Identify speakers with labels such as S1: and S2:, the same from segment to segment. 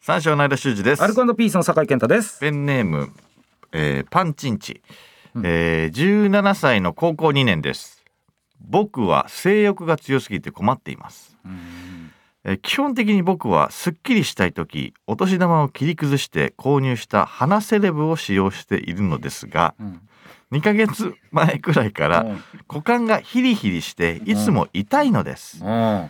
S1: 三章の間修二です
S2: アルコピースの酒井健太です。
S1: ペンネーム、えーパンチンチ、えー17歳の高校2年です僕は性欲が強すぎて困っています、えー基本的に僕はすっきりしたい時お年玉を切り崩して購入した花セレブを使用しているのですが、2ヶ月前くらいから
S2: うん
S1: 股間がヒリヒリしていつも痛いのです、
S2: うん。
S1: え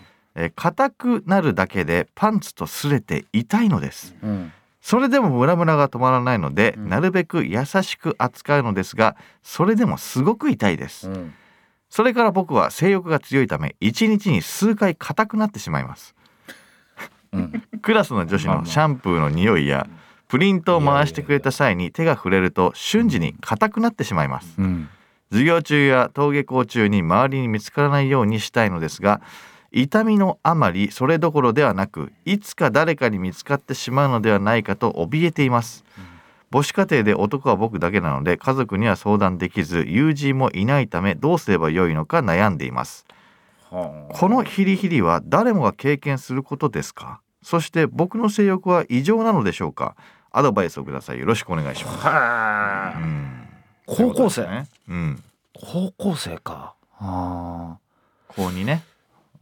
S1: ー硬くなるだけでパンツと擦れて痛いのです
S2: うん。
S1: それでもムラムラが止まらないので、
S2: うん
S1: なるべく優しく扱うのですがそれでもすごく痛いです、
S2: ん。
S1: それから僕は性欲が強いため一日に数回硬くなってしまいます
S2: うん。
S1: クラスの女子のシャンプーの匂いやプリントを回してくれた際に手が触れると瞬時に硬くなってしまいます
S2: うん。
S1: 授業中や登下校中に周りに見つからないようにしたいのですが痛みのあまりそれどころではなくいつか誰かに見つかってしまうのではないかと怯えています母子家庭で男は僕だけなので家族には相談できず友人もいないためどうすればよいのか悩んでいます
S2: はあ
S1: このヒリヒリは誰もが経験することですかそして僕の性欲は異常なのでしょうかアドバイスをくださいよろしくお願いします
S2: は
S1: う
S2: あ。
S1: ん
S2: 高校
S1: ということです
S2: 生。
S1: ねうん
S2: 高校生か。ああ。
S1: 高にね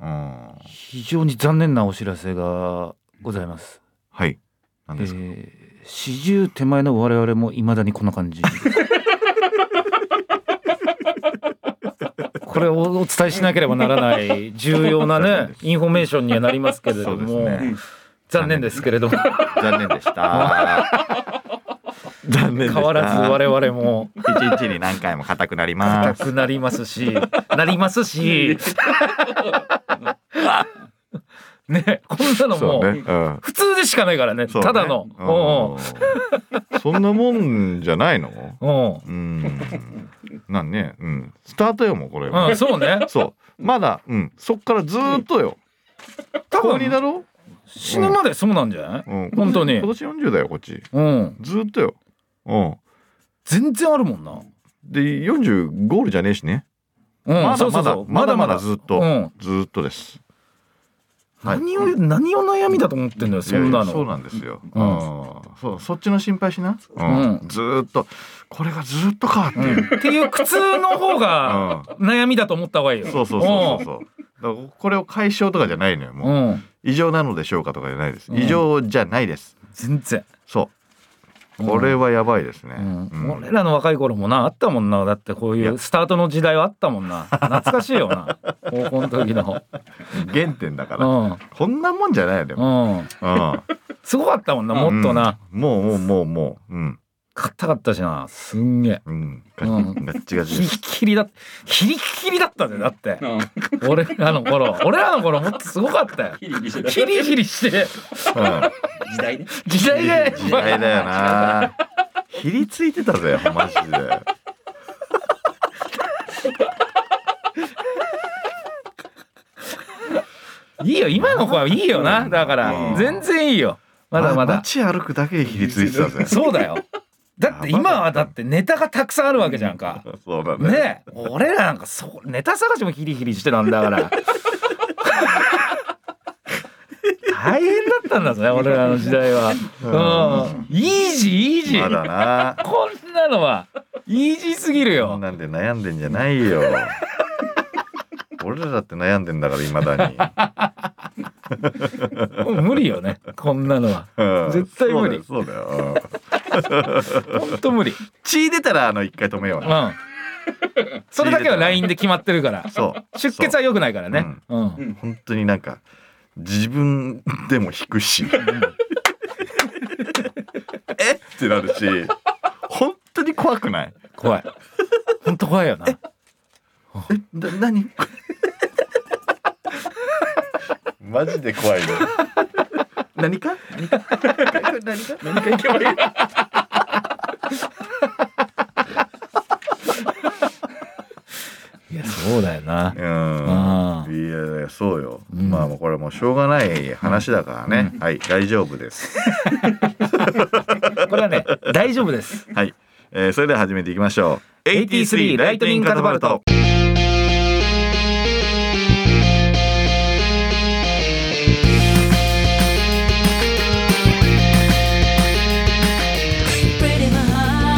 S1: うん
S2: 非常に残念なお知らせがございます。
S1: はい。何
S2: え
S1: ですか。
S2: ー、四十手前の我々もいまだにこんな感じ。これをお伝えしなければならない重要なねインフォメーションにはなりますけれど
S1: そう
S2: も、
S1: ですね
S2: 残念ですけれども
S1: 残念で した。残念でした。
S2: 変わらず我々も
S1: 一日に何回も硬くなりま
S2: 硬
S1: す。
S2: くなりますし なりますしねこんなのも
S1: そうね。うん。
S2: 普通でしかないからね
S1: そうね
S2: ただの。
S1: うん そんなもんじゃないの？
S2: うんうん
S1: うん。なんね。うん。スタートよもうこれ。
S2: うん、そうね。
S1: そう。まだうん。そっからずーっとよ。
S2: 多
S1: 高に
S2: 分
S1: だろ？
S2: 死ぬまでそうなんじゃない、
S1: うん。
S2: 本当に
S1: 今。年40だよこっち。
S2: うん。
S1: ずーっとよ。うん。
S2: 全然あるもんな。
S1: で40ゴールじゃねえしね。
S2: うん、
S1: ま
S2: そ
S1: だ
S2: うそ
S1: ま
S2: う
S1: だ
S2: そう
S1: まだまだずっと
S2: うん、
S1: ずーっとです。はい
S2: 何を、何を悩みだと思ってんだよ、そん
S1: いや
S2: ない
S1: やそう
S2: の。
S1: なんですよ、
S2: う
S1: うんんそうそっちの心配しな、
S2: ん
S1: ずーっとこれがずーっとかって
S2: う
S1: いう、
S2: んっていう苦痛の方が悩みだと思った方がいいよ。
S1: そうそうそうそうそうだからこれを解消とかじゃないのよ
S2: う
S1: もう、
S2: ん。うん。
S1: 異常なのでしょうかとかじゃないです
S2: うん
S1: 異常じゃないです、
S2: 全然。
S1: そうこれはやばいですね、
S2: うん
S1: うん
S2: 俺らの若い頃もなあったもんなだってこうい
S1: いうや
S2: スタートの時代はあったもんな懐かしいよ な高校の時の
S1: 原点だから、
S2: う
S1: こんなもんじゃないよでも、
S2: んうん
S1: う
S2: すごかったもんなも
S1: ん、
S2: っとな、
S1: うん、もうもうもうもううん
S2: 硬かったしなすんげえ
S1: うんガ
S2: うん
S1: ガッチガチ
S2: ヒ
S1: で
S2: リ
S1: す
S2: ヒリだヒリヒリだったぜだって俺らの頃俺らの頃もっとすごかったよ
S3: ヒリヒリしてた
S2: ヒリヒリして
S1: うん
S3: 時代ね。
S2: 時代が
S1: 時代だよなひりついてたぜマジで
S2: いいよ今の子はいいよなだから
S1: うん
S2: 全然いいよまだまだ
S1: 街歩くだけでひりついてたぜ
S2: そうだよだって今はだってネタがたくさんあるわけじゃんか
S1: そうだね
S2: ねえ俺らなんかそうネタ探しもヒリヒリしてたんだから大変だったんだぜ俺らの時代はうんイージーイージー
S1: まだな
S2: こんなのはイージーすぎる
S1: こん
S2: よ。
S1: なんで悩んでんじゃないよ俺らだって悩んでんだからいまだに
S2: もう無理よね。こんなのは。
S1: うん
S2: 絶対無理
S1: そうだよそうだようん
S2: 本当無理。
S1: 血出たらあの一回止めよう
S2: う。
S1: なん
S2: それだけは LINE で決まってるから。
S1: そう
S2: 出血は良くないからね。うん。
S1: そう本当になんか自分でも引くし えってなるし本当に怖くない
S2: 怖い。本当怖いよな。
S1: えな何 マジで怖いよ何か何か何か何かいけばいい
S2: いやそうだよな。あ
S1: うんいやいやそうよ、まあもうこれもうしょうがない話だからね、はい大丈夫 です
S2: これはね大丈夫です。
S1: はい、えー、それでは始めていきましょう
S2: 83ライトニングカタパルト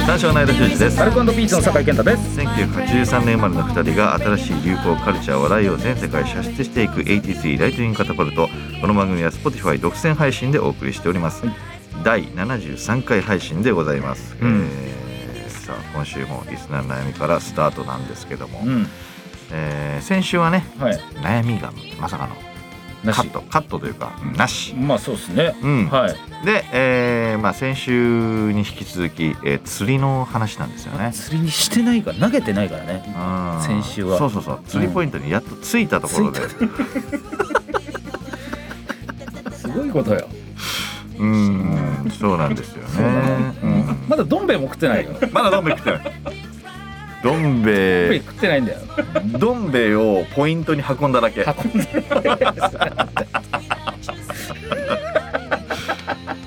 S1: 談笑の間修司です
S2: アルコピースの酒井健太です
S1: 1983年生まれの2人が新しい流行カルチャー話題を全世界射出していく ATC ライトニングカタパルトこの番組は Spotify 独占配信でお送りしております、第73回配信でございます、
S2: うん
S1: えーさあ今週もリスナーの悩みからスタートなんですけども、
S2: うん
S1: えー先週はね
S2: はい
S1: 悩みがまさかの
S2: な
S1: カットカットというかうんなし、
S2: まあそうですね
S1: うん
S2: はい
S1: で、えーまあ、先週に引き続き、えー釣りの話なんですよね
S2: 釣りにしてないから投げてないからね
S1: うん
S2: 先週は
S1: そうそうそう釣りポイントにやっと着いたところで、
S2: すごいことよ
S1: うん、そうなんですよ
S2: そうだ
S1: ね
S2: ね、
S1: うん
S2: まだどん兵衛も食ってないよどん
S1: まだどん兵衛食ってないどん
S2: 兵衛
S1: 兵衛
S2: 食ってないんだよ
S1: どん兵衛をポイントに運んだだけ
S2: 運んで
S1: あ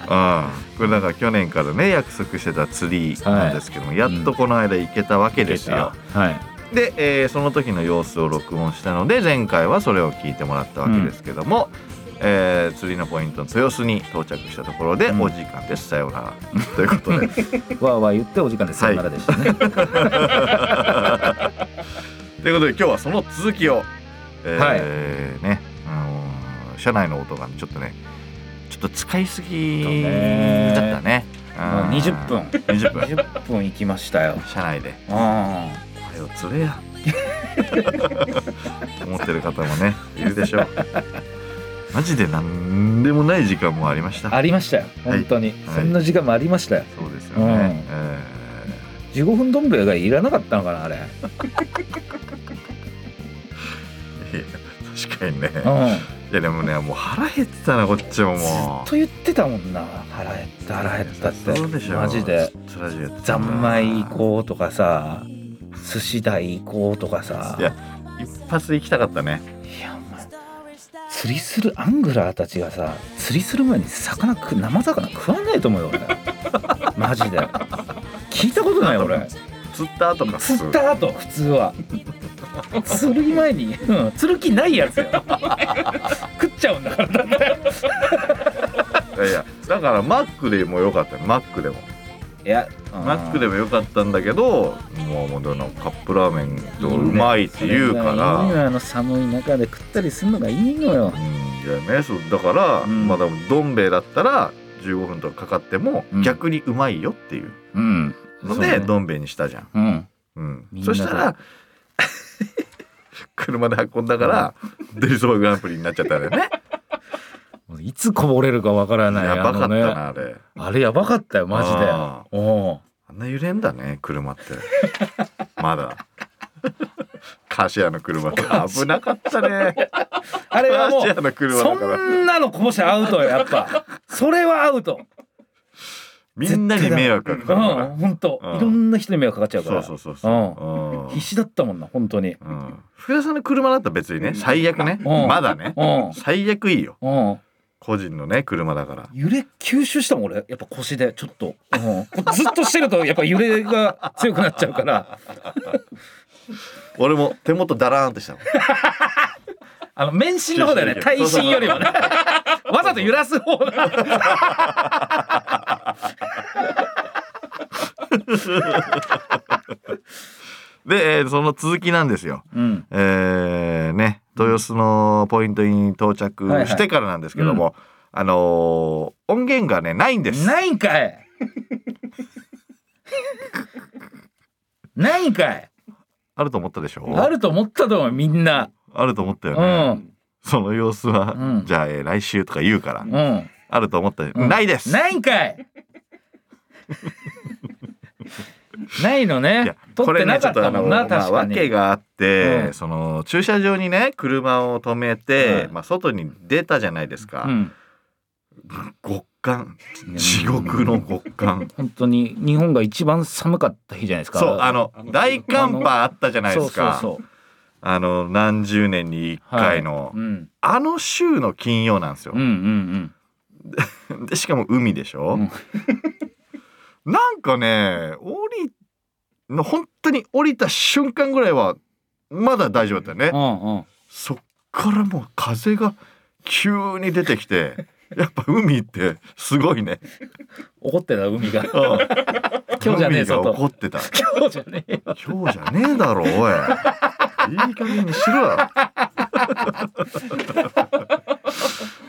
S1: あこれなんか去年からね約束してた釣りなんですけども、やっとこの間行けたわけですよ。
S2: はい
S1: で、えーその時の様子を録音したので前回はそれを聞いてもらったわけですけども、えー釣りのポイントの豊洲に到着したところで
S2: うん
S1: お時間です、さようなら ということで
S2: わーわー言ってお時間ですさよならでした ね
S1: ということで今日はその続きを、えー
S2: はい
S1: ね、あのー車内の音がちょっとねちょっと使いすぎ
S2: そうね
S1: だったね。
S2: もう
S1: うん
S2: 20分
S1: 20分
S2: 10分行きましたよ
S1: 車内で
S2: あ
S1: あれを釣れや思ってる方もねいるでしょうマジで何でもない時間もありました
S2: あありましたよ本当に、
S1: はい
S2: そんな時間もありましたよ
S1: そうですよね、
S2: うん
S1: え
S2: 15分どん兵衛がいらなかったのかなあれ
S1: ーいや確かにね
S2: うん
S1: いやでもねもう腹減ってたなこっちも
S2: ず
S1: も
S2: っと言ってたもんな腹減った腹減ったっ
S1: う
S2: て
S1: そうでしょ
S2: マジで
S1: ずっとラジオやってた
S2: 三
S1: んだ
S2: 昧行こうとかさ寿司台行こうとかさ
S1: いや一発行きたかったね
S2: いやお前釣りするアングラーたちがさ釣りする前に魚食生魚食わないと思うよ俺 マジで聞いたことない俺
S1: 釣った後か
S2: 釣った後普通は釣る前に、うん、釣る気ないやつよ食っちゃうんだからだって
S1: いやいやだからマックでもよかったよマックでも
S2: いや
S1: マックで
S2: も
S1: もよかったんだけどもうもうどのカップラーメンとうまいって言うから
S2: いいのよあの寒い中で食ったりするのがいいのよ
S1: うん、いやねそうだから、
S2: うん
S1: まあでもどん兵衛だったら15分とかかかっても
S2: うん
S1: 逆にうまいよっていう
S2: うん
S1: の
S2: そう
S1: で、
S2: ね
S1: どん兵衛にしたじゃん、
S2: うん
S1: うん
S2: みん、な
S1: そ
S2: で
S1: したら 車で運んだからデリそばグランプリになっちゃったんだよ ね
S2: いつこぼれるかわからない
S1: やばかった
S2: あのね
S1: なあれ
S2: あれやばかったよマジで
S1: あ
S2: おう
S1: あんな揺れんだね車ってま だカシアの車って危なかったね
S2: あれは
S1: カ
S2: も
S1: シア
S2: う
S1: の車
S2: そ
S1: だから
S2: んなのこぼしゃアウトよや っぱそれはアウト
S1: みんなに迷惑が
S2: うん
S1: かかるから、
S2: 本当
S1: うん
S2: いろんな人に迷惑かかっちゃうか
S1: そう
S2: ら
S1: そうそうそううん
S2: 必死だったもんな本当に
S1: うん福田さんの車だったら別にね最悪ね
S2: うん
S1: まだね
S2: うん
S1: 最悪いいよ
S2: うん
S1: 個人のね車だから
S2: 揺れ吸収したもん俺やっぱ腰でちょっと、うん、ずっとしてるとやっぱ揺れが強くなっちゃうから
S1: 俺も手元ダラーンとしたもん
S2: あの免震の方だよね耐震よりもねわざと揺らす方だ
S1: でえーその続きなんですよ
S2: うん
S1: えーね豊洲のポイントに到着してからなんですけどもあのー音源がねないんです
S2: ないんかいないんかい
S1: あると思ったでしょ
S2: あると思ったと思うみんな
S1: あると思ったよ
S2: う
S1: ね
S2: ん
S1: その様子は
S2: うん
S1: じゃあえー来週とか言うから
S2: うん
S1: あると思ったよ
S2: うん
S1: ないです
S2: ないんかいないの
S1: い
S2: ね
S1: や
S2: 取
S1: こ
S2: って
S1: れ
S2: な
S1: ねち
S2: か
S1: ょ
S2: っ
S1: っと
S2: た
S1: あ
S2: も
S1: の
S2: んな、
S1: まあ
S2: 確かに
S1: 訳があって、
S2: うん
S1: その駐車場にね車を止めて、
S2: うん
S1: まあ、外に出たじゃないですか、
S2: うん
S1: 極寒地獄の極寒
S2: 本当に日本が一番寒かった日じゃないですか。
S1: そうあの大寒波あったじゃないですか
S2: そうそう
S1: あの何十年に一
S2: そう。
S1: 回の、
S2: はいうん
S1: あの週の金曜なんですよ
S2: うんう、ん
S1: でしかも海でしょ、
S2: うん
S1: なんかね降りの本当に降りた瞬間ぐらいはまだ大丈夫だったよね
S2: うん。うんうん。
S1: そっからもう風が急に出てき てやっぱ海ってすごいね、
S2: 怒ってた海が。
S1: うん
S2: 今日じゃねえ
S1: が
S2: ぞ
S1: 怒
S2: と
S1: ってた
S2: 今日じゃねえよ
S1: 今日じゃねえだろおいいい加減にしろよ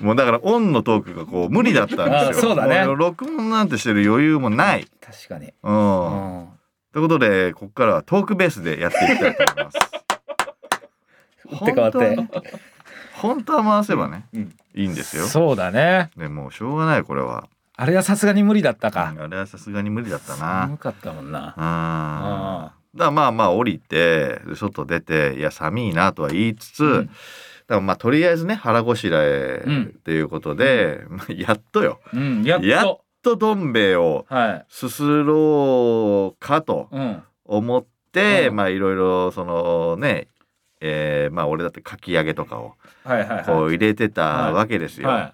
S1: もうだからオンのトークがこう無理だったんですよ
S2: あそうだね
S1: も録音なんてしてる余裕もない
S2: 確かに
S1: うん、
S2: うん
S1: ということでここからはトークベースでやっていきたいと思います
S2: 打って変わって
S1: 本当は本当は回せばね、
S2: うん
S1: いいんですよ
S2: そうだね
S1: でもうしょうがないこれは
S2: あれはさすがに無理だった
S1: あ
S2: か
S1: あれはさすがに無理だったな
S2: 寒かったもんな
S1: あ
S2: あ
S1: だからまあまあ降りてで外出ていや寒いなとは言いつつ、
S2: うん
S1: だからまあとりあえずね腹ごしらえ
S2: うん
S1: っていうことで、まあやっとよ
S2: あうんやっと
S1: やっとどん兵衛を
S2: はい
S1: すすろうかと
S2: うん
S1: 思って、
S2: うん
S1: まあいろいろそのねえーまあ俺だってかき揚げとかを
S2: はいはい
S1: こう
S2: は
S1: 入れて
S2: は
S1: た
S2: い
S1: わけです
S2: い
S1: よ。
S2: は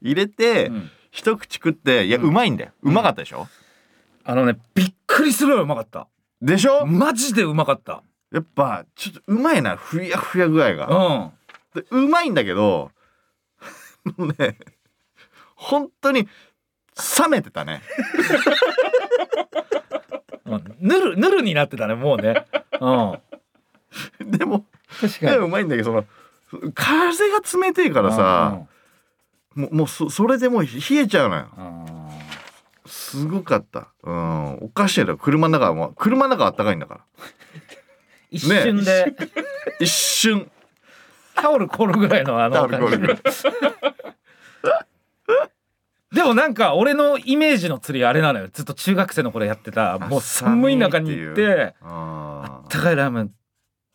S1: 入れ
S2: い
S1: て、
S2: うん
S1: 一口食っていや
S2: うん
S1: うまいんだよ、うまかったでしょ
S2: あのねびっくりするようまかった
S1: でしょ
S2: マジでうまかった
S1: やっぱちょっとうまいなふやふや具合が。
S2: うん
S1: でうまいんだけど もうね本当に冷めてたね
S2: うんぬるぬるになってたねもうねうん
S1: でも
S2: 確
S1: でもうまいんだけどその風が冷てえからさ、もうもうそそれでもう冷えちゃうのよ
S2: うんうん
S1: すごかったうんおかしいだろ車の中はもう車の中はあったかいんだから
S2: 一瞬で
S1: 一瞬
S2: タオル凍るぐらいのあ
S1: タオ
S2: の
S1: ルコール
S2: でもなんか俺のイメージの釣りあれなのよずっと中学生の頃やってた もう寒い中に行っ
S1: 寒いってあー
S2: 高いラーメン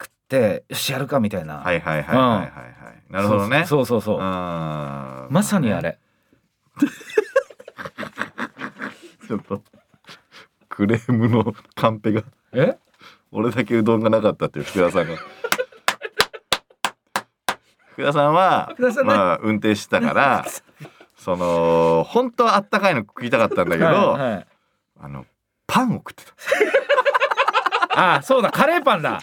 S2: 食ってよしやるかみたいな、
S1: はいはいはいはいはいはいなるほどね
S2: そうそうそうそう
S1: あー
S2: まさにあれ
S1: ちょっとクレームのカンペが
S2: え
S1: 俺だけうどんがなかったっていう福田さんが福田さんは
S2: 福田さんね
S1: まあ、運転してたからその本当はあったかいの食いたかったんだけど、
S2: はいはい
S1: あのパンを食ってた
S2: ああそうだカレーパンだ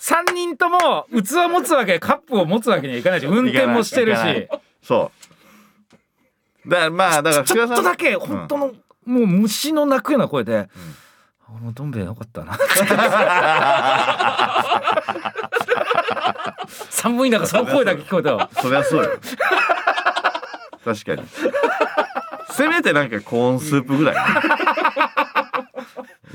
S2: 3人とも器持つわけカップを持つわけにはいかないし運転もしてる
S1: い
S2: し
S1: かないいかないそうだからまあだから福
S2: ちょ
S1: 田さ
S2: っ
S1: ん
S2: とだけ本当の、もう虫の鳴くような声で「俺もどん兵衛よかった な」寒い中その声だけ聞こえたわ
S1: そりゃそうよ確かにせめてなんかコーンスープぐら い、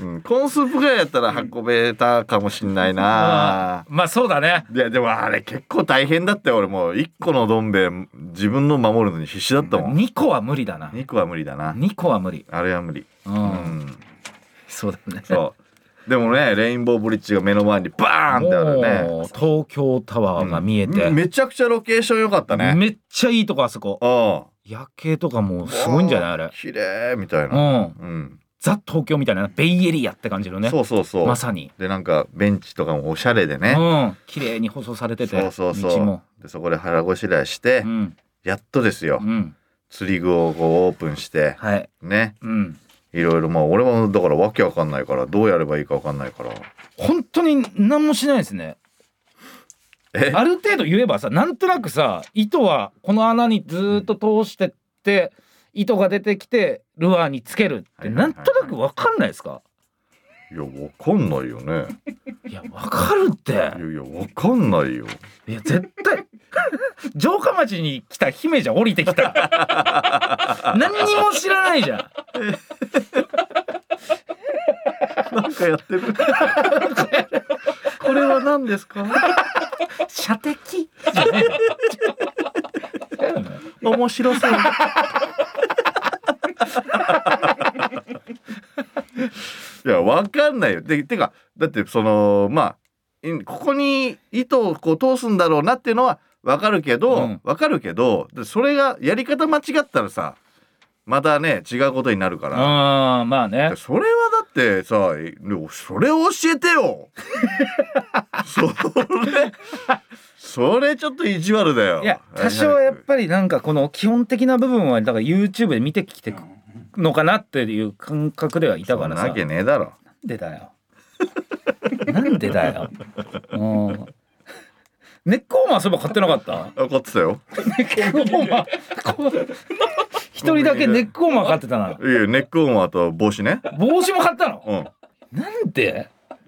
S1: うん、コーンスープぐらいやったら運べたかもしんないな、
S2: まあそうだね
S1: いやでもあれ結構大変だったよ俺もう1個のどん兵衛自分の守るのに必死だったもん
S2: 2個は無理だな
S1: 2個は無理だな
S2: 2個は無理
S1: あれは無理
S2: う、
S1: うんん
S2: そうだね
S1: そうでもねレインボーブリッジが目の前にバーンってあるね
S2: もう東京タワーが見えて、
S1: うんめちゃくちゃロケーション良かったね
S2: めっちゃいいとこあそこ
S1: うん
S2: 夜景とかもうすごいんじゃないあれ
S1: 綺麗みたいうな。う
S2: ん
S1: ん。
S2: ザ東京みたいなベイエリアって感じのね
S1: そうそうそう。
S2: まさに
S1: でなんかベンチとかもおしゃれでね。
S2: うん綺麗に舗装されてて
S1: そうそうそう。
S2: 道も
S1: でそこで腹ごしらえして、
S2: うん
S1: やっとですよ
S2: う。ん
S1: 釣り具をこうオープンして
S2: はい
S1: ね。
S2: うん
S1: いろいろまあ俺もだからわけわかんないからどうやればいいかわかんないから。
S2: 本当に何もしないですね
S1: え
S2: ある程度言えばさなんとなくさ糸はこの穴にずーっと通してって、糸が出てきてルアーにつけるっ
S1: はいはい
S2: て
S1: はい
S2: なんとなく分かんないですか
S1: いやわかんないよね。
S2: いや分かるっ
S1: い
S2: て
S1: やいやわかんないよ。
S2: いや絶対 城下町に来た姫じゃん降りてきた 何にも知らないじゃん
S1: なんかや ってる。これは何ですか。
S2: 射的じゃねえよ
S1: 面白そう。いや、わかんないよ。で、てか、だって、その、まあ、いここに糸をこう通すんだろうなっていうのは。わかるけど、
S2: う
S1: わ
S2: ん、
S1: かるけど、でそれがやり方間違ったらさ。またね、違うことになるから。
S2: あーまあね
S1: それはだってさ、いそれを教えて よ。それ。それちょっと意地悪だよ。
S2: いや多少はやっぱりなんかこの基本的な部分はだから YouTube で見てきてくのかなっていう感覚ではいたか
S1: そ
S2: ら
S1: んな
S2: さ
S1: わけねえだろ。
S2: なんでだよなんでだようん根っこをまそういえば買ってなかった
S1: あ、買ってたよ。
S2: 根っこをま一人だけネックウォーマー買ってた
S1: い
S2: な。
S1: やネックウォーマーと帽子ね
S2: 帽子も買ったの
S1: うん
S2: なんで
S1: い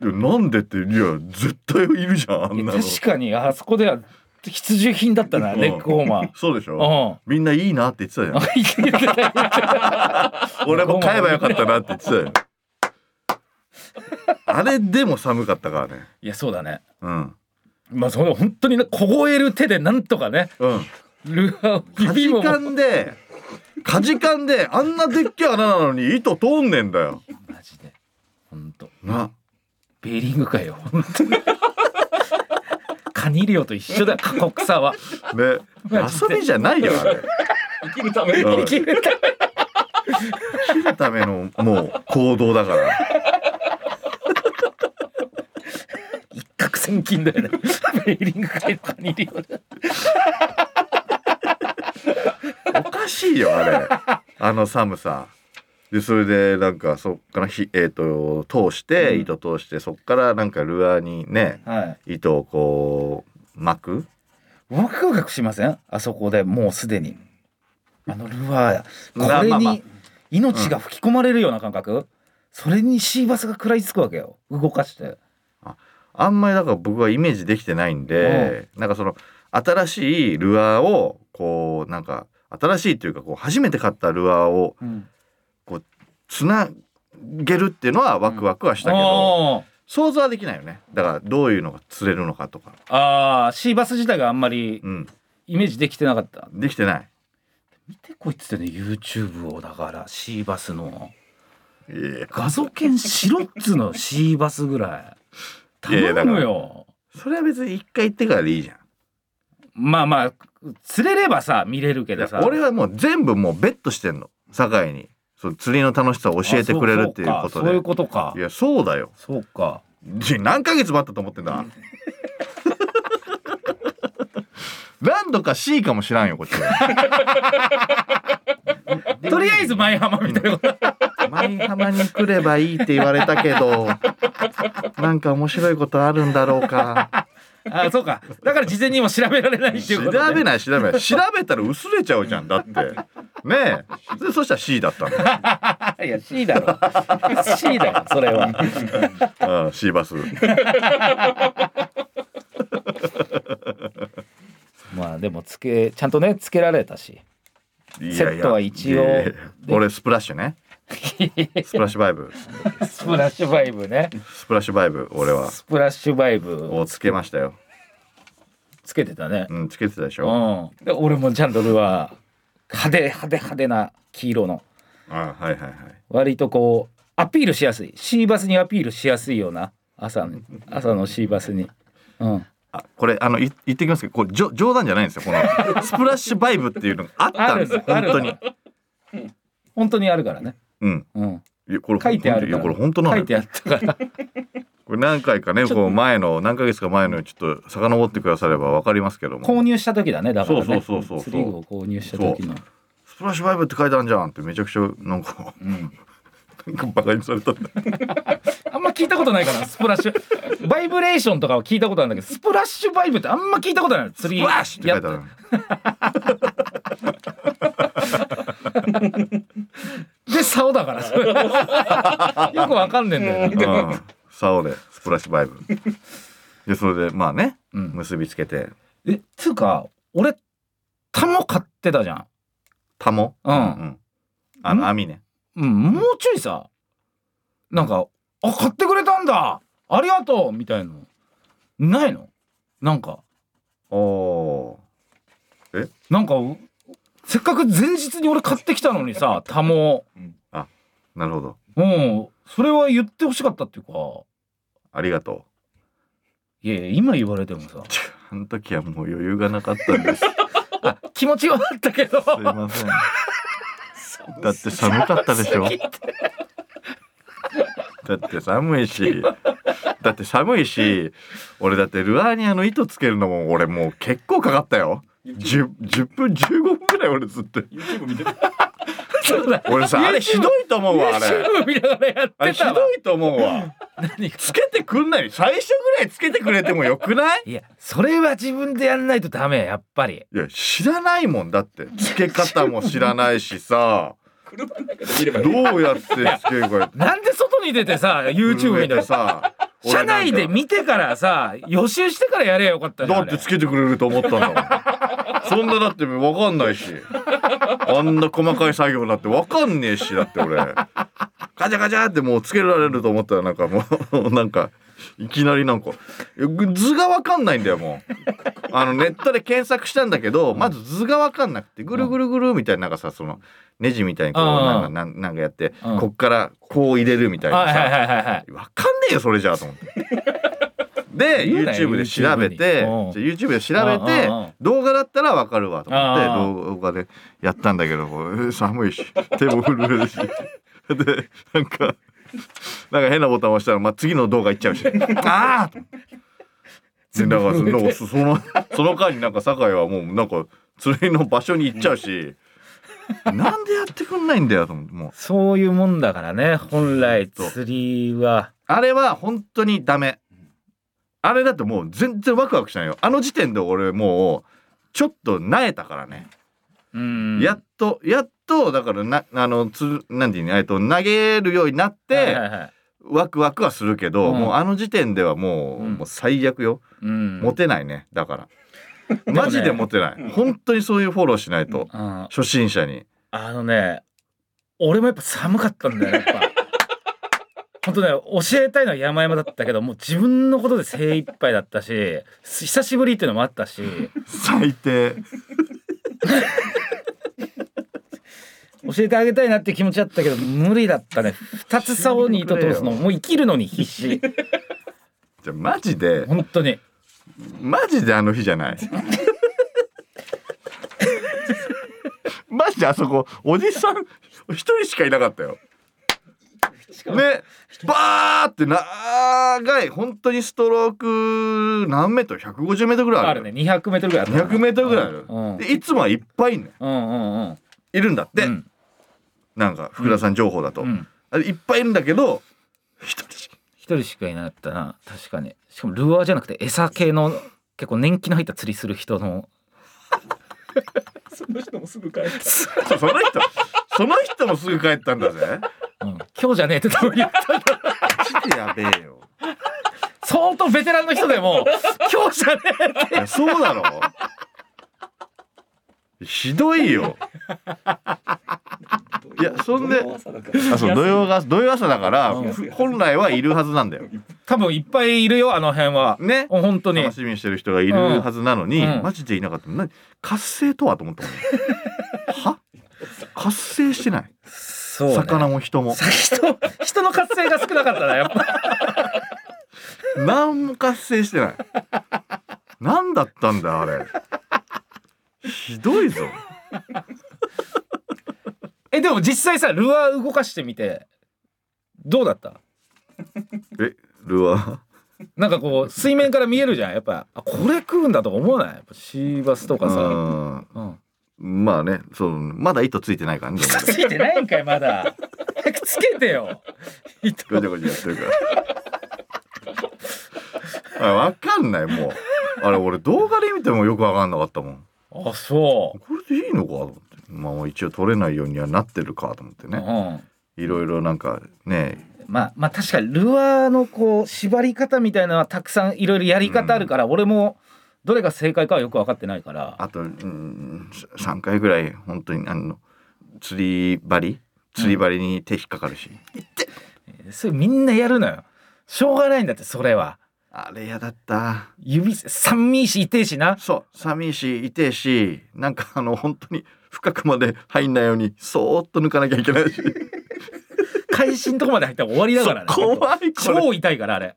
S1: やなんでっていや絶対いるじゃんあ
S2: いや
S1: んなの
S2: 確かにあそこでは必需品だったな、
S1: うん
S2: ネックウォーマー。
S1: そうでし
S2: う
S1: ょ
S2: ん。
S1: みんないいなって言ってたじゃん
S2: あいけてない
S1: 俺も買えばよかったなって言って たよあれでも寒かったからね
S2: いやそうだね。
S1: うん
S2: まあその本当にね凍える手でなんとかね
S1: うん
S2: ルアーを
S1: かじ
S2: 指も
S1: かんでかじかんであんなでっけえ穴なのに糸通んねんだよ
S2: マジで本当
S1: な
S2: ベーリングかよ本当にカニ漁と一緒だ過酷さは
S1: ね
S2: マジ
S1: 遊
S2: で
S1: びじゃないよあれ
S3: 生きるために
S1: うん
S2: 生きるため
S1: 生きるためのもう行動だから
S2: 一攫千金だよねベーリングかよカニ漁だ
S1: おかしいよあ れあの寒さでそれでなんかそっからひえっ、と通して
S2: うん
S1: 糸通してそっからなんかルアーにね
S2: はい
S1: 糸をこう巻く
S2: ワクワクしませんあそこでもうすでにあのルア
S1: ま
S2: ー
S1: あ
S2: これ
S1: まあまあ
S2: に命が吹き込まれるような感覚、それにシーバスが食らいつくわけよ動かして
S1: あんまりだから僕はイメージできてないんで、なんかその新しいルアーをこうなんか新しいというかこう初めて買ったルアーを
S2: うん
S1: つなげるっていうのはワクワクはしたけど、
S2: あー
S1: 想像はできないよねだからどういうのが釣れるのかとか、
S2: あーシーバス自体があんまり
S1: うん、
S2: イメージできてなかった
S1: できてない。
S2: 見てこいっつってね YouTube をだからシーバスの
S1: いやいや
S2: 画像検しろっつのシーバスぐらい
S1: いやいや
S2: 頼むよ
S1: それは別に一回行ってからでいいじゃん。
S2: まあまあ釣れればさ見れるけどさ
S1: 俺はもう全部もうベットしてんの堺にその釣りの楽しさを教えてくれるっていう
S2: あ
S1: こ
S2: そ
S1: と
S2: うそうかそう
S1: で
S2: いうことか
S1: いやそうだよ
S2: そうか
S1: いや何ヶ月待ったと思ってん だ何度か C かもしらんよこっちは
S2: とりあえず舞浜みたいなこと
S1: 舞浜に来ればいいって言われたけ どなんか面白いことあるんだろうか
S2: あそうかだから事前にも調べられないってい
S1: 調
S2: うこと、ね、
S1: べ
S2: い
S1: ない調べない調べたら薄れちゃうじゃんだってねえでそしたら C だったんだ
S2: いや C だ ろ C だよそれは
S1: う ん C バス
S2: まあでもつけちゃんとねつけられたし
S1: いやいや
S2: セットは一応
S1: いやいや俺スプラッシュ ねスプラッシュバイブ
S2: スプラッシュバイブね
S1: スプラッシュバイブ俺は
S2: スプラッシュバイブ
S1: をつけましたよ
S2: つけてたね
S1: うんつけてたでし
S2: う
S1: ょ
S2: んで俺もちゃんとルアー派手派手派手な黄色の
S1: あはいはいはい
S2: 割とこうアピールしやすいシーバスにアピールしやすいような朝の朝のシーバスにうん
S1: あこれあのい言ってきますけどこれじょ冗談じゃないんですよこのスプラッシュバイブっていうのがあったんですよ
S2: あ
S1: 本
S2: る
S1: 当に
S2: 本当にあるからね
S1: うん
S2: うん
S1: いやこれ
S2: 書いてある
S1: いや
S2: から
S1: これ本当なの
S2: 書
S1: よ
S2: いてあっ たから
S1: これ何回かねこう前の何ヶ月か前のちょっと遡ってくださればわかりますけど
S2: 購
S1: も
S2: 入した時だねだからね
S1: そうそうそうそうそう
S2: 釣り具を購入した時の
S1: スプラッシュバイブって書いてあるじゃんってめちゃくちゃなんか
S2: うん
S1: なんかバカにされたんだ
S2: あんま聞いたことないからスプラッ シュバイブレーションとかは聞いたことあるんだけどスプラッシュバイブってあんま聞いたことないの釣り
S1: ブラッシュって書いてあ
S2: や
S1: る
S2: で竿だからそ れよくわかんねえんだよな
S1: うん、竿でスプラッシュバイブでそれでまあね
S2: うん
S1: 結びつけて
S2: えつうか俺タモ買ってたじゃん
S1: タモ
S2: うん
S1: あ
S2: ん
S1: の網ね
S2: うんもうちょいさなんか「あ買ってくれたんだありがとう」みたいのないのなんか
S1: おお
S2: なんかうせっかく前日に俺買ってきたのにさタモ
S1: ーなるほど
S2: うんそれは言ってほしかったっていうか
S1: ありがと
S2: いやいや今言われてもさ
S1: うちょあの時はもう余裕がなかったん ですすい
S2: あ気持ちはあったけど
S1: ませんだって寒かったでしょだって寒いしだって寒いし俺だってルアーにあの糸つけるのも俺もう結構かかったよ 10, 10分15分ぐらい俺ずっと
S3: YouTube 見てた
S2: そう だ
S1: 俺さあれひどいと思うわあれ
S2: YouTube 見ながらやって
S1: あ
S2: たわ
S1: れひどいと思うわ
S2: 何か
S1: つけてくんない最初ぐらいつけてくれてもよくない
S2: いやそれは自分でやんないとダメやっぱり
S1: いや知らないもんだってつけ方も知らないしさ
S3: 車の中で見ればいい。
S1: どうやってつけるか
S2: なんで外に出てさ YouTube 見て
S1: さ
S2: 車内で見てからさ予習してからやればよかったじゃん
S1: だ
S2: あ
S1: って
S2: れ
S1: つけてくれると思ったんだもん そんなだって分かんないしあんな細かい作業だって分かんねえしだって俺ガチャガチャってもうつけられると思ったらなんかもう なんかいきなりなんかいや図が分かんないんだよもうあのネットで検索したんだけどまず図が分かんなくてぐるぐるぐるみたいななんかさそのネジみたいにこう
S2: うん
S1: なんかなんなんかやって
S2: うん
S1: こっからこう入れるみたいな
S2: はいはい
S1: さ
S2: はいはいはい
S1: わかんねえよそれじゃあと思 って。で
S2: 言うなよ
S1: YouTube で調べて
S2: YouTube に
S1: じゃあ YouTube で調べて
S2: うんうんうん
S1: 動画だったらわかるわと
S2: う
S1: 思って動画でやったんだけどこう寒いし 手も震えるしでなんかなんか変なボタン押したら、まあ、次の動画いっちゃう しああでだからそのそのその間になんか酒井はもうなんか釣りの場所に行っちゃう し、なんでやってくんないんだよと思ってもう
S2: そういうもんだからね本来
S1: そう
S2: 釣りは
S1: あれは本当にダメ。あれだともう全然ワクワクしないよ。あの時点で俺もうちょっと慣れたからね。
S2: うん
S1: やっとやっとだからなあのつなんていうのえっと投げるようになって、
S2: はいはいはい
S1: ワクワクはするけど、
S2: うん
S1: もうあの時点ではもう,、
S2: うん
S1: もう最悪よ。
S2: うん
S1: モテないね。だ から。マジでモテない。本当にそういうフォローしないと、
S2: うん
S1: 初心者に。
S2: あのね、俺もやっぱ寒かったんだよ、や っぱ。本当ね、教えたいのは山々だったけど、もう自分のことで精一杯だったし、す久しぶりっていうのもあったし、
S1: 最低。
S2: 教えてあげたいなっていう気持ちだったけど、無理だったね。二つ竿に糸通すの、もう生きるのに必死。
S1: じゃあマジで
S2: 本当に。
S1: マジであの日じゃない。マジであそこおじさん一人しかいなかったよ。ね、バーって長い本当にストローク何メートル150メートルぐらいあ
S2: あ
S1: る
S2: るね、200メートルぐらいあった
S1: 200メートルぐらいある、
S2: うん
S1: でいつもはいっぱいいんのよ
S2: うんうんうん。
S1: いるんだって、
S2: うん
S1: なんか福田さん情報だと、
S2: うん
S1: あれいっぱいいるんだけど一人しか
S2: 一人しかいなかったな、確かに。しかもルアーじゃなくて餌系の、結構年季の入った釣りする人の
S3: その人もすぐ帰った。
S1: その人その人もすぐ帰ったんだぜ
S2: うん今日じゃねえって多分言ったんだ
S1: マジでやべえよ
S2: 相当ベテランの人で も今日じゃねえって
S1: いやそうだろひどいよいやそんであそう土曜が土曜朝だから
S2: うん
S1: ふ本来はいるはずなんだよ
S2: 多分いっぱいいるよあの辺は
S1: ね
S2: 本当に
S1: 楽しみにしてる人がいるはずなのに、
S2: うん
S1: マジでいなかった何活性とはと思ったもんは活性してない、
S2: そう、ね、
S1: 魚も人も
S2: さ人人の活性が少なかったなやっぱ
S1: 何も活性してない何だったんだよあれひどいぞ
S2: えでも実際さルアー動かしてみてどうだった
S1: えルアー
S2: なんかこう水面から見えるじゃんやっぱあこれ食うんだとか思わないやっぱシーバスとかさ、
S1: うん
S2: うん、
S1: まあね、そのまだ糸ついてないからね。
S2: ついてないんかいまだ早くつけて よ糸
S1: ごちゃごちゃやってるから。あ わかんないもう。あれ俺動画で見てもよくわかんなかったもん。
S2: あそ
S1: これでいいのかと思って。まあ一応取れないようにはなってるかと思って
S2: う、
S1: ね。
S2: うん
S1: いろいろなんかね、
S2: まあまあ確かにルアーのこう縛り方みたいなのはたくさんいろいろやり方あるから、俺もどれが正解かはよく分かってないから
S1: あとうん3回ぐらい本当にあの釣り針釣り針に手引っかかるし。
S2: それみんなやるのよしょうがないんだってそれは
S1: あれ嫌だった。
S2: 指寒いし痛いしな
S1: そう寒いし痛いしなんかあの本当に深くまで入んないようにそーっと抜かなきゃいけないし
S2: 会心のとこまで入ったら終わりだから ね
S1: そう怖いこれ
S2: 超痛いからあれ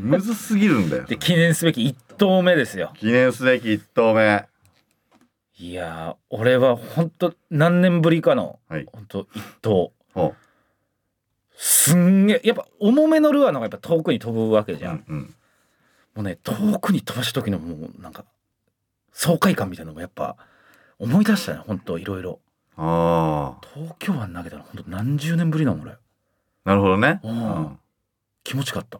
S1: むずすぎるんだよ
S2: で記念すべき一投目ですよ
S1: 記念すべき1投目
S2: いやー俺はほんと何年ぶりかの、
S1: はい
S2: ほんと一投
S1: お
S2: すんげえやっぱ重めのルアーの方がやっぱ遠くに飛ぶわけじ
S1: う
S2: ゃん
S1: んうん
S2: もうね遠くに飛ばした時のもうなんか爽快感みたいなのもやっぱ思い出したね本当いろいろ
S1: ああ
S2: 東京湾投げたの本当何十年ぶりだもん俺
S1: なるほどね、
S2: うん
S1: うん
S2: 気持ちよかった、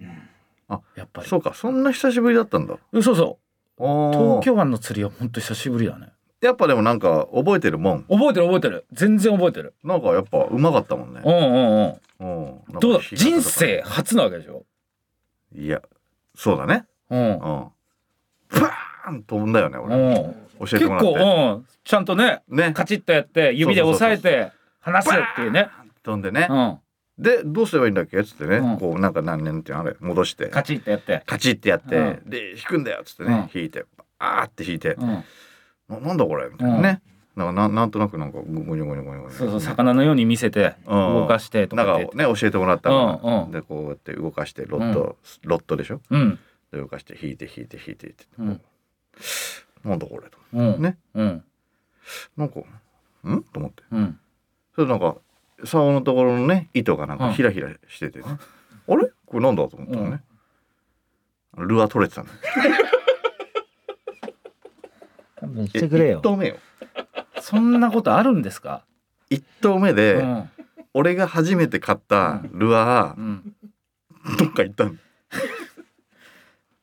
S1: あ
S2: やっぱり
S1: そうかそんな久しぶりだったんだ
S2: うんそうそ
S1: お
S2: う
S1: ー
S2: 東京湾の釣りは本当久しぶりだね
S1: やっぱでもなんか覚えてるもん
S2: 覚えてる覚えてる全然覚えてる
S1: なんかやっぱうまかったもんね
S2: うんうん
S1: う
S2: うん
S1: んなんか
S2: どうだ
S1: 弾き方と
S2: 人
S1: か
S2: 生初なわけでしょ
S1: いやそうだね
S2: うん
S1: うんバーン飛んだよね
S2: う
S1: 俺
S2: ん
S1: 教えて
S2: 結
S1: もらって
S2: 構うんちゃんとね
S1: ね
S2: カチッとやって指で押さえて離すっていうね
S1: 飛んでね
S2: うん
S1: でどうすればいいんだっけっつってね、
S2: うん
S1: こうなんか何年っていうのあれ戻して
S2: カチッとやって
S1: カチッてやって、
S2: う
S1: で弾くんだよっつって
S2: うん
S1: ね、弾いてあーって弾いて、
S2: うん
S1: ななんだこれみたいなね、なんかななんとなくなんかゴニョゴニョゴニョゴニョ
S2: そうそう魚のように見せて
S1: うん
S2: 動かしてと
S1: なん
S2: か
S1: か
S2: って
S1: ね教えてもらったから、
S2: うんうん
S1: でこうやって動かしてロット、ロットでしょ
S2: うん
S1: で動かして弾いて弾いて弾いてって、
S2: うん
S1: なんだこれと
S2: うん
S1: ね
S2: うん
S1: なんかんと思って
S2: うん
S1: それなんか竿のところのね糸がなん
S2: うん
S1: かひらひらしててね、あれこれなんだと思ったのね、ルアー取れてたの
S2: 勘弁
S1: え一投目よ
S2: そんなことあるんですか
S1: 一投目で、
S2: うん
S1: 俺が初めて買ったルア
S2: う
S1: ー、
S2: ん
S1: どっか行ったの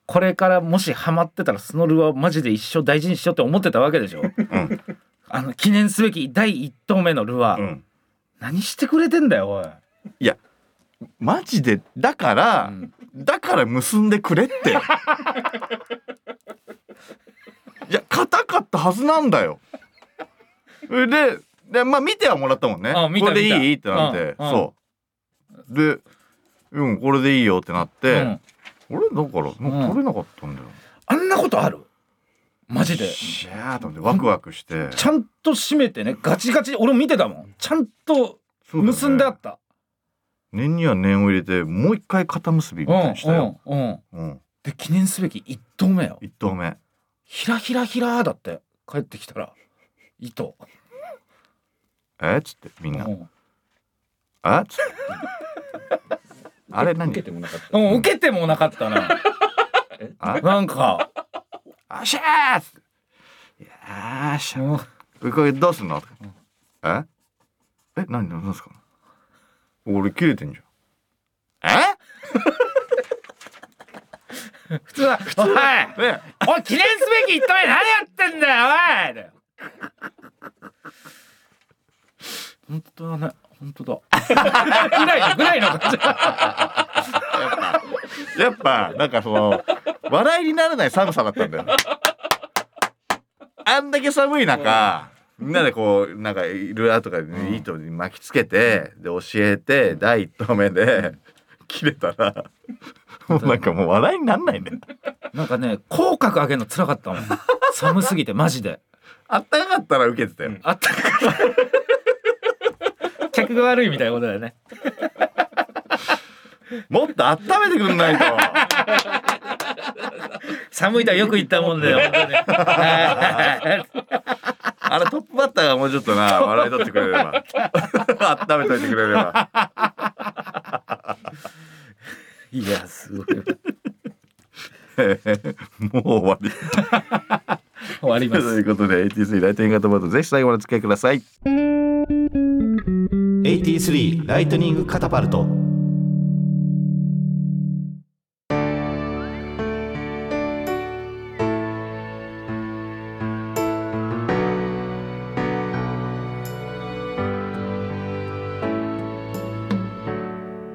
S2: これからもしハマってたらそのルアーをマジで一生大事にしようって思ってたわけでしょ
S1: うん
S2: あの記念すべき第一投目のルアー、
S1: うん
S2: 何してくれてんだよおい、
S1: マジでだか
S2: う
S1: ら、
S2: ん
S1: だから結んでくれって いや硬かったはずなんだよででまあ見てはもらったもんね
S2: あ見た
S1: これで
S2: 見た
S1: いいってなって、
S2: うんうん
S1: そうでうんこれでいいよってなっ
S2: う
S1: て、
S2: ん
S1: 俺だからなん
S2: うん
S1: か取れなかったんだよ、
S2: あんなことあるマジで
S1: シャーと思ってワクワクして
S2: ちゃんと締めてねガチガチ俺も見てたもんちゃんと
S1: そうだね
S2: 結んであった
S1: 念には念を入れてもう一回肩結びみたいにしたよ、
S2: うんうんうん
S1: うん、
S2: で記念すべき一投目よ
S1: 一投目
S2: ひらひらひらだって帰ってきたら糸
S1: えっつってみんな
S2: う、ん
S1: えっつってあれ何
S3: 受けてもなかった。
S2: うん受けてもなかったな
S1: あ
S2: なんか
S1: あっしゃーっつってよーしゃ
S2: うん
S1: これどうすんのとかええ何何ですか俺切れてんじゃんえ
S2: 普通は「おい
S1: え
S2: おい記念すべき一投目何やってんだよおいだよ」本当だね 本当だぐらいのぐらいの感じ
S1: やっぱなんかその笑いにならない寒さだったんだよあんだけ寒い中みんなでこうなんかいるアーとか
S2: うん
S1: に糸に巻きつけてで教えて第一投目で切れたらもうなんかもう笑いになんないね
S2: なんかね口角上げるの辛かったもん寒すぎてマジで
S1: あったかかったら受けてたよ、
S2: あったかい客が悪いみたいなことだよね
S1: もっと温めてくんないと
S2: 寒いとはよく言ったもんだよ本当にはい
S1: あれトップバッターがもうちょっとな笑い取ってくれれば温めといてくれれば
S2: いやすごい
S1: もう終わり
S2: 終わり ま
S1: とい
S2: す
S1: うことで AT3 ライトニングアトマートぜひ最後までお付き合いください
S4: AT3 ライトニングカタパルト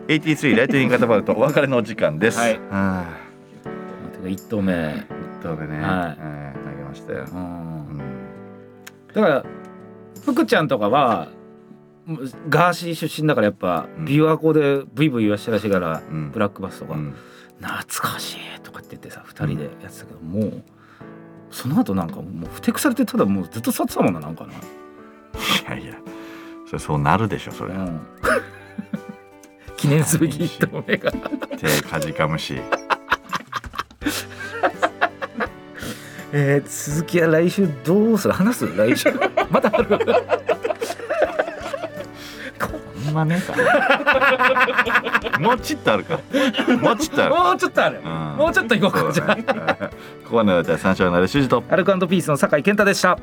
S1: 83ライトニングカタパルトお別れのお時間です。
S2: はい
S1: あ
S2: 一投目
S1: あ、どうでね。
S2: はい
S1: えー投げましたよ
S2: う。ん
S1: うん
S2: だから福ちゃんとかはもうガーシー出身だからやっぱ
S1: うん
S2: 琵琶湖でブイブイ言わしてたらしいから、
S1: うん
S2: ブラックバスとか、
S1: うん
S2: 懐かしいとかって言ってさ2人でやってたけど、もうその後なんかもうふてくされてただもうずっと座ってたもんななんかな、
S1: いやいや、それそうなるでしょそれ。
S2: うん、記念すべき一投目が
S1: 手かじかむし。
S2: えー、続きは来週どうする話す来週まだある
S1: ほんまねえから。もうちっとあるから。もうちっとある。
S2: もうちょっとある、
S1: うん
S2: もうちょっといこうか
S1: そう
S2: じゃあ
S1: だね。ここまでのお相手は三章のなる主人と。
S2: アルコピースの酒井健太でした